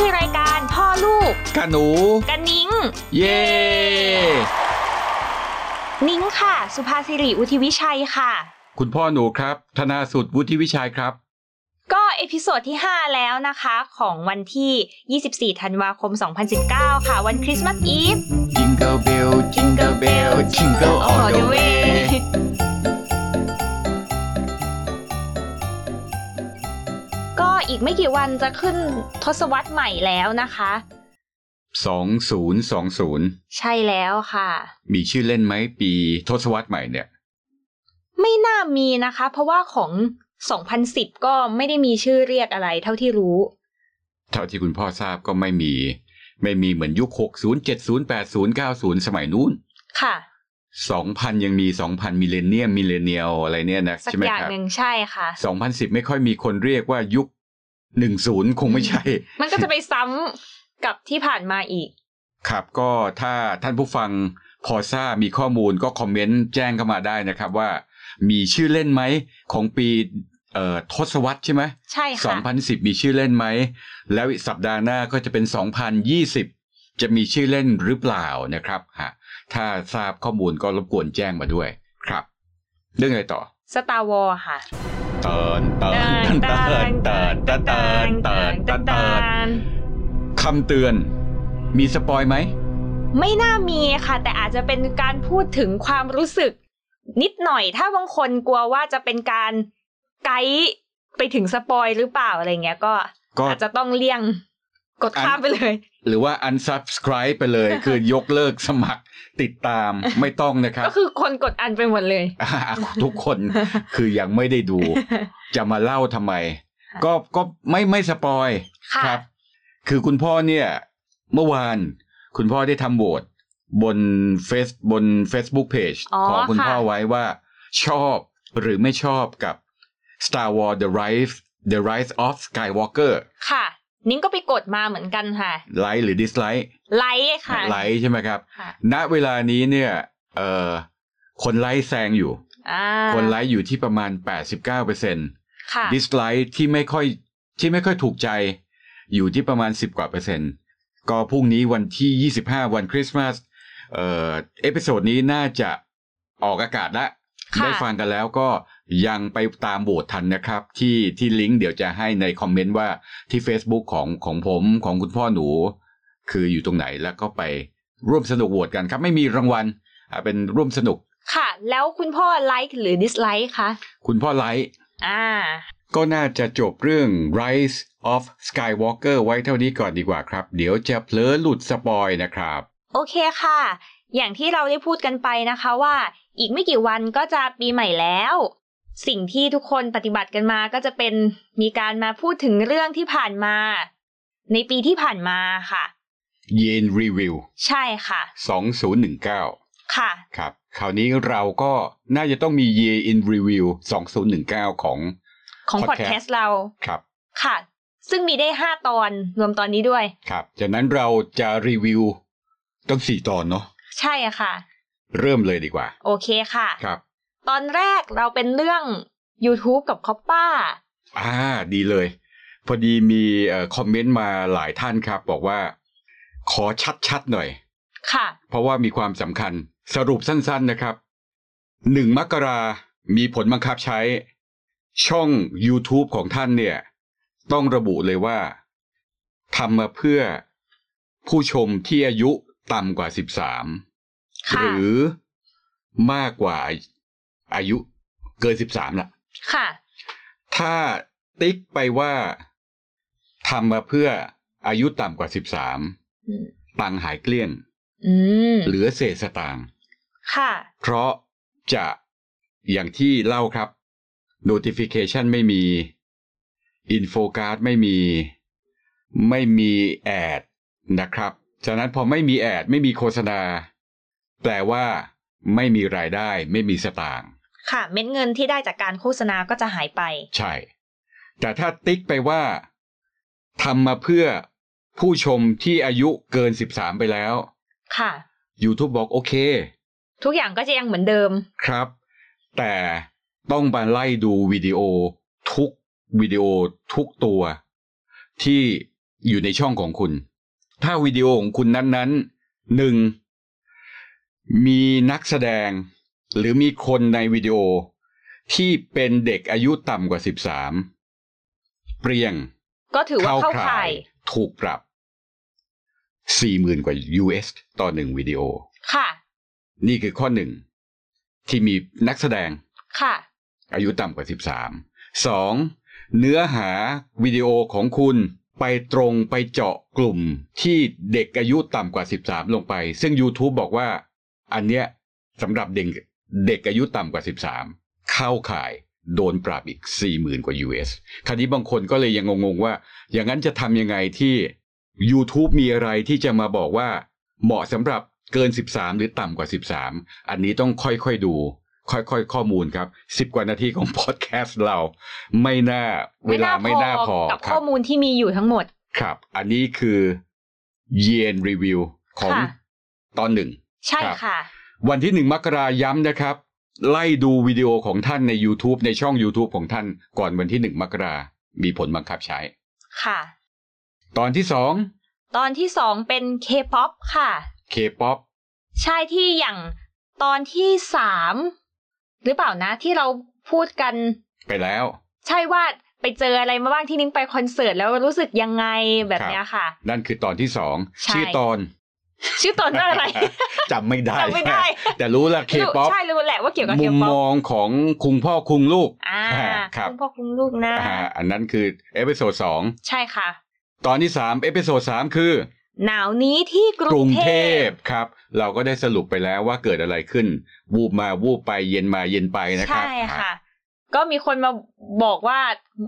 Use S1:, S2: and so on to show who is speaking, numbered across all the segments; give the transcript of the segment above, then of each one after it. S1: คือรายการพ่อลูก
S2: กันหนู
S1: กันนิ้ง
S2: เย่
S1: นิ้งค่ะ สุภาสิริอุทิวิชัยค่ะ
S2: คุณพ่อหนูครับ ธนาสุดวุฒิวิชัยครับ
S1: ก็เอพิโซดที่ 5 แล้วนะคะของวันที่ 24 ธันวาคม 2019 ค่ะ วันคริสต์มาสอีฟ
S2: Jingle Bell Jingle Bell Jingle all the way
S1: ก็อีกไม่กี่วันจะขึ้นทศวรรษใหม่แล้วนะคะ
S2: สองศูนย์สองศูนย์
S1: ใช่แล้วค่ะ
S2: มีชื่อเล่นไหมปีทศวรรษใหม่เนี่ย
S1: ไม่น่ามีนะคะ เพราะว่าของ 2010 ก็ไม่ได้มีชื่อเรียกอะไรเท่าที่รู้
S2: เท่าที่คุณพ่อทราบก็ไม่มี ไม่มีเหมือนยุคหกศูนย์เจ็ดศูนย์แปดศูนย์เก้าศูนย์สมัยนู้น
S1: ค่ะ
S2: สองพันยังมีสองพันมิเลเนียมมิเลเนียลอะไรเนี่ยนะ
S1: สัก
S2: ใช่ไหม
S1: อย่าง
S2: ครับ
S1: หนึ่งใช่ค่ะ
S2: สองพันสิบไม่ค่อยมีคนเรียกว่ายุคหนึ่งศูนย์คงไม่ใช่
S1: มันก็จะไปซ้ำกับที่ผ่านมาอีก
S2: ครับก็ถ้าท่านผู้ฟังพอทราบมีข้อมูลก็คอมเมนต์แจ้งเข้ามาได้นะครับว่า มีชื่อเล่นไหมของปีเอ่อทศวรรษใช่ไหม
S1: ใช่
S2: สอ
S1: ค่ะ
S2: งพันสิบมีชื่อเล่นไหม แล้วอีกสัปดาห์หน้าก็จะเป็นสองพันยี่สิบจะมีชื่อเล่นหรือเปล่านะครับฮะถ้าทราบข้อมูลก็รบกวนแจ้งมาด้วยครับ เรื่องอะไรต่อ
S1: สตาร์วอลค่ะ
S2: เตินเตินเตินเตินเตินเตินเตินเตินเติน
S1: น
S2: คำเตือน มีสปอยไหม
S1: ไม่น่ามีค่ะ แต่อาจจะเป็นการพูดถึงความรู้สึก นิดหน่อย ถ้าบางคนกลัวว่าจะเป็นการไกด์ไปถึงสปอยหรือเปล่าอะไรเงี้ยก็
S2: ก็
S1: อาจจะต้องเลี่ยง กดข้ามไปเลย
S2: หรือว่า unsubscribe ไปเลย คือยกเลิกสมัครติดตามไม่ต้องนะครับ
S1: ก็คือคนกดอันไปหมดเลย
S2: อ่าทุก คนคือยังไม่ได้ดู จะมาเล่าทำไม ก็ก็ไม่ไม่สปอย
S1: ค่ะ
S2: ครับ คือคุณพ่อเนี่ย เมื่อวาน คุณพ่อได้ทำโหวตบนเฟซบน Facebook Page
S1: อ๋อ
S2: ของคุณ
S1: ค่ะ
S2: พ่อไว้ว่าชอบหรือไม่ชอบกับ Star Wars The Rise The Rise of Skywalker
S1: ค่ะ นิ้งก็ไปกดมาเหมือนกันค่ะ
S2: ไลค์หรือ dislike
S1: ไลค์ค่ะ
S2: ไลค์ใช่ไหมครับ
S1: ค่ะ
S2: ณเวลานี้เนี่ยเอ่อคนไลค์แซงอยู่
S1: อ่า
S2: คนไลค์อยู่ที่ประมาณ 89%
S1: ค่ะ
S2: ดิสไลค์ที่ไม่ค่อยที่ไม่ค่อยถูกใจ อยู่ที่ประมาณ 10 กว่าเปอร์เซ็นต์ ก็พรุ่งนี้วันที่ 25 วันคริสต์มาสเอ่อเอพิโซดนี้น่าจะออกอากาศละ
S1: ค่ะ
S2: ได้ฟังกันแล้วก็ยังไปตามโบททันนะครับ ที่ที่ลิงก์เดี๋ยวจะให้ในคอมเมนต์ว่าที่ Facebook ของของผมของคุณพ่อหนู คืออยู่ตรงไหนแล้วก็ไปร่วมสนุกโหวตกันครับ ไม่มีรางวัลอ่าเป็นร่วมสนุก
S1: ค่ะ แล้วคุณพ่อไลค์หรือดิสไลค์คะ
S2: คุณพ่อไลท์
S1: อ่า
S2: ก็น่าจะจบเรื่อง Rise of Skywalker ไว้เท่านี้ก่อนดีกว่าครับ เดี๋ยวจะเผลอหลุดสปอยนะครับ
S1: โอเคค่ะ อย่างที่เราได้พูดกันไปนะคะว่าอีกไม่กี่วันก็จะปีใหม่แล้ว สิ่งที่ทุกคนปฏิบัติกันมาก็จะเป็นมีการมาพูดถึงเรื่องที่ผ่านมา ในปีที่ผ่านมาค่ะ
S2: เยนรีวิว
S1: ใช่ค่ะ
S2: 2019
S1: ค่ะ
S2: ครับ คราวนี้เราก็น่าจะต้องมี Year in Review 2019 ของ
S1: ของพอด
S2: Podcast
S1: แคสต์เรา
S2: ครับ
S1: ค่ะ ซึ่งมีได้ 5 ตอนรวมตอนนี้ด้วย
S2: ครับ จากนั้นเราจะรีวิวต้องสี่ตอนเนาะ
S1: ใช่ค่ะ
S2: เริ่มเลยดีกว่า
S1: โอเคค่ะ
S2: ครับ
S1: ตอนแรกเราเป็นเรื่อง YouTube กับคอปป้า
S2: อ่าดีเลย พอดีมีเอ่อคอมเมนต์มาหลายท่านครับ บอกว่า ขอชัดๆหน่อย
S1: ค่ะ
S2: เพราะว่ามีความสำคัญสรุปสั้นๆนะครับ 1 มกรามีผลบังคับใช้ ช่อง YouTube ของท่านเนี่ย ต้องระบุเลยว่าทำมาเพื่อผู้ชมที่อายุต่ำกว่า 13
S1: ค่ะ
S2: หรือมากกว่าอายุเกิน 13ล่ะ
S1: ค่ะ
S2: ถ้าติ๊กไปว่าทำมาเพื่ออายุต่ำกว่า
S1: อืม
S2: 13 ตังค์หายเกลี้ยง
S1: อืม
S2: เหลือเศษสตางค์
S1: ค่ะ
S2: เพราะจะอย่างที่เล่าครับ notification ไม่มี info card ไม่มี ไม่มีแอดนะครับ ฉะนั้นพอไม่มีแอดไม่มีโฆษณา แปลว่าไม่มีรายได้ไม่มีสตางค์
S1: ค่ะ เม็ดเงินที่ได้จากการโฆษณาก็จะหายไป
S2: ใช่ แต่ถ้าติ๊กไปว่าทำมาเพื่อผู้ชมที่อายุเกิน 13 ไปแล้ว
S1: ค่ะ
S2: YouTube บอกโอเค
S1: ทุกอย่างก็จะยังเหมือนเดิม
S2: ครับ แต่ต้องมาไล่ดูวิดีโอทุกวิดีโอทุกตัว ที่ อยู่ในช่องของคุณ ถ้าวิดีโอของคุณนั้นๆหนึ่งมีนักแสดง หรือมีคนในวิดีโอที่เป็นเด็กอายุต่ำกว่า 13 เปรียง
S1: ก็ถือว่าเข้าข่าย
S2: ถูกปรับ 40,000 กว่า US ต่อหนึ่งวิดีโอ
S1: ค่ะ
S2: นี่คือข้อหนึ่งที่มีนักแสดง
S1: ค่ะ
S2: อายุต่ำกว่า 13 2. เนื้อหาวิดีโอของคุณไปตรงไปเจาะกลุ่มที่เด็กอายุต่ำกว่า 13 ลงไป ซึ่ง YouTube บอกว่า อันเนี้ยสำหรับเด็กเด็กอายุต่ำกว่า 13 เข้าข่ายโดนปรับอีก 40,000 กว่า US คราวนี้บางคนก็เลยยังงงๆว่า อย่างนั้นจะทำยังไงที่ YouTube มีอะไรที่จะมาบอกว่า เหมาะสำหรับเกิน 13 หรือต่ำกว่า 13 อันนี้ต้องค่อยๆดู ค่อยๆ ข้อมูลครับ 10 กว่านาทีของพ อดแคสต์เรา ไม่น่าเวลาไม่น่าพอ
S1: กับ
S2: ค
S1: ข้
S2: รั
S1: อบ มูลที่มีอยู่ทั้งหมด
S2: ครับ อันนี้คือเยนรีวิวของ
S1: ค่ะ
S2: ตอนหนึ่ง
S1: ใช่
S2: ครับ
S1: ค่ะ
S2: วันที่หนึ่งมกราย้ำนะครับ ไล่ดูวิดีโอของท่านใน YouTube ในช่อง YouTube ของท่านก่อนวันที่หนึ่งมกรามีผลบังคับใช้
S1: ค่ะ
S2: ตอนที่สอง
S1: ตอนที่สองเป็น K-POP ค่ะ
S2: K-POP
S1: ใช่ที่อย่างตอนที่สามหรือเปล่านะที่เราพูดกัน
S2: ไปแล้ว
S1: ใช่ว่าไปเจออะไรมาบ้างที่นิ้งไปคอนเสิร์ตแล้วรู้สึกยังไงแบบเนี้ยค่ะ
S2: นั่นคือตอนที่สอง
S1: ใช่
S2: ชื่อตอน
S1: ชื่อตอนว่าอะไร
S2: จำไม่ได้
S1: จำไม่ได้
S2: แต่รู้ละ K-POP
S1: ใช่รู้แหละว่าเกี่ยวกับ
S2: มุม
S1: K-POP
S2: มองของคุงพ่อคุงลูก
S1: อ่า
S2: ครับ
S1: คุณพ่อคุณลูกนะ
S2: อ่าอันนั้นคือเอพิโซดสอง
S1: ใช่ค่ะ
S2: ตอนที่สามเอพิโซดสามคือ
S1: หนาวนี้ที่ก
S2: ก
S1: รุ
S2: รุ
S1: ง
S2: ง
S1: เท
S2: เท
S1: พ
S2: พครับ เราก็ได้สรุปไปแล้วว่าเกิดอะไรขึ้น วูบมาวูบไปเย็นมาเย็นไปนะครับ
S1: ใช่ค่ะ ก็มีคนมาบอกว่า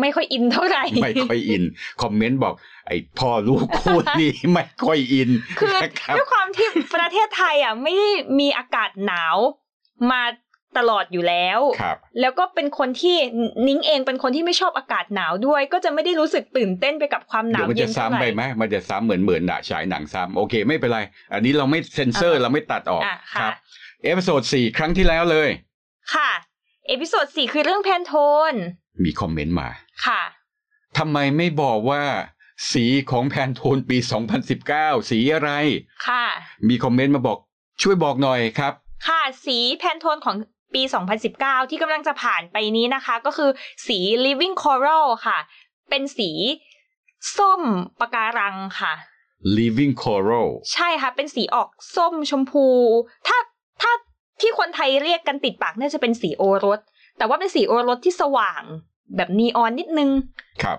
S1: ไม่ค่อยอินเท่าไหร่
S2: อ่า ไม่ค่อยอิน คอมเมนต์บอก ไอ้พ่อลูกคู่นี้ ไม่ค่อยอิน
S1: คือ
S2: นะครับ
S1: ด้วยความที่ประเทศไทยอ่ะไม่ได้มีอากาศหนาวมาตลอดอยู่แล้ว
S2: ครับ
S1: แล้วก็เป็นคนที่นิ้งเองเป็นคนที่ไม่ชอบอากาศหนาวด้วย ก็จะไม่ได้รู้สึกตื่นเต้นไปกับความห
S2: เดี๋
S1: นา
S2: ยว
S1: ว
S2: มัน
S1: เย็
S2: จะ
S1: นเท่า
S2: ซ้ำ
S1: ไห
S2: ไป
S1: ร่
S2: ไหมมันจะซ้ำเหมือนเหมือนหนะฉายหนังซ้ำโอเค ไม่เป็นไร อันนี้เราไม่เซ็นเซอร์
S1: อ่า
S2: เราไม่ตัดออก
S1: อ่ะค่ะ
S2: ครับเอพิโซดสี่ครั้งที่แล้วเลย
S1: ค่ะ เอพิโซดสี่คือเรื่องแพนโทน
S2: มีคอมเมนต์มา
S1: ค่ะ
S2: ทำไมไม่บอกว่าสีของแพนโทนปี 2019 สีอะไร
S1: ค่ะ
S2: มีคอมเมนต์มาบอกช่วยบอกหน่อยครับ
S1: ค่ะสีแพนโทนของปี 2019 ที่กำลังจะผ่านไปนี้นะคะ ก็คือสี living coral ค่ะ เป็นสีส้มปะการังค่ะ
S2: Living Coral
S1: ใช่ค่ะ เป็นสีออกส้มชมพู ถ้าถ้าที่คนไทยเรียกกันติดปากน่าจะเป็นสีโอรส แต่ว่าเป็นสีโอรสที่สว่าง แบบนีออนนิดนึง
S2: ครับ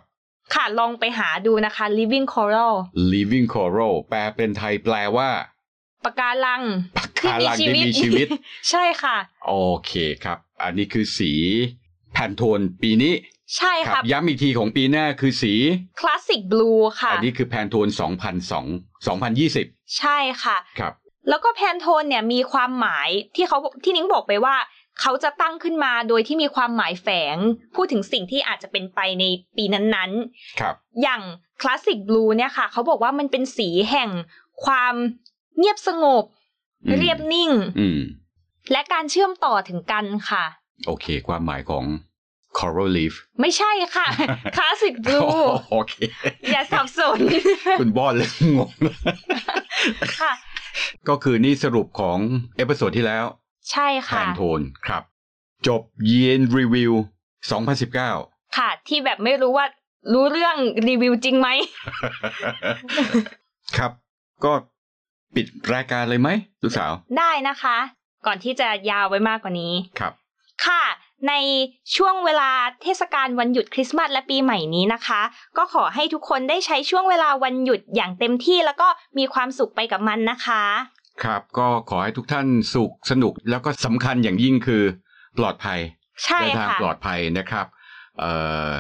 S1: ค่ะลองไปหาดูนะคะ living coral
S2: Living Coral แปลเป็นไทยแปลว่า
S1: ปะการัง
S2: ปะการังที่
S1: ที่มี
S2: มี
S1: ชี
S2: ชี
S1: วิ
S2: วิต
S1: ต ใช่ค่ะ
S2: โอเคครับ อันนี้คือสีแพนโทนปีนี้
S1: ใช่
S2: ค
S1: ค่ะ
S2: รับย้ำอีกทีของปีหน้าคือสี
S1: คลาสสิกบลูค่ะ
S2: อันนี้คือแพนโทน2002 2020
S1: ใช่ค่ะ
S2: ครับ
S1: แล้วก็แพนโทนเนี่ยมีความหมายที่เขาที่นิ้งบอกไปว่า เขาจะตั้งขึ้นมาโดยที่มีความหมายแฝง พูดถึงสิ่งที่อาจจะเป็นไปในปีนั้น
S2: ครับ
S1: ๆ อย่างคลาสสิกบลูเนี่ยค่ะ เขาบอกว่ามันเป็นสีแห่งความเงียบสงบ
S2: อืม
S1: เรียบนิ่ง
S2: อืม
S1: และการเชื่อมต่อถึงกันค่ะ
S2: โอเค ความหมายของ coral leaf
S1: ไม่ใช่ ค่ะ คลาสสิกบลู
S2: โอเค
S1: อย่าสับสน
S2: คุณบอลเลย งง
S1: ค่ะ
S2: ก็คือนี่สรุปของเอพิโซดที่แล้ว
S1: ใช่
S2: แพ
S1: ค่ะ
S2: นโทนครับ จบเยนรีวิว2019
S1: ค่ะ ที่แบบไม่รู้ว่ารู้เรื่องรีวิวจริงไหม
S2: ครับก็ปิดรายการเลยไหมลูกสาว
S1: ได้นะคะ ก่อนที่จะยาวไว้มากกว่านี้
S2: ครับ
S1: ค่ะ ในช่วงเวลาเทศกาลวันหยุดคริสต์มาสและปีใหม่นี้นะคะ ก็ขอให้ทุกคนได้ใช้ช่วงเวลาวันหยุดอย่างเต็มที่แล้วก็มีความสุขไปกับมันนะคะ
S2: ครับ ก็ขอให้ทุกท่านสุขสนุกแล้วก็สำคัญอย่างยิ่งคือปลอดภัย
S1: ใช่
S2: เดินทาง
S1: ค่ะ
S2: ปลอดภัยนะครับเอ่อ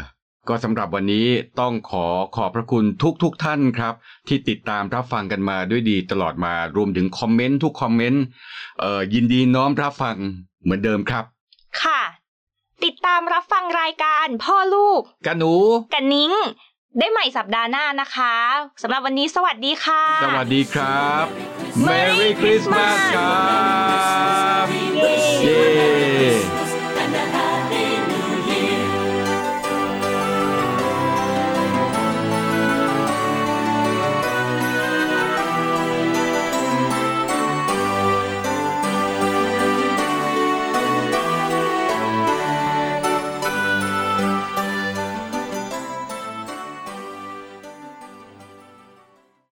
S2: ก็สำหรับวันนี้ต้องขอขอบพระคุณทุกทุกๆท่านครับ ที่ติดตามรับฟังกันมาด้วยดีตลอดมารวมถึงคอมเมนต์ทุกคอมเมนต์เอ่อยินดีน้อมรับฟังเหมือนเดิมครับ
S1: ค่ะ ติดตามรับฟังรายการพ่อลูก
S2: กันหนู
S1: กันนิ้ง ได้ใหม่สัปดาห์หน้านะคะสำหรับวันนี้สวัสดีค่ะ
S2: สวัสดีครับ Merry Christmas ครับ เย้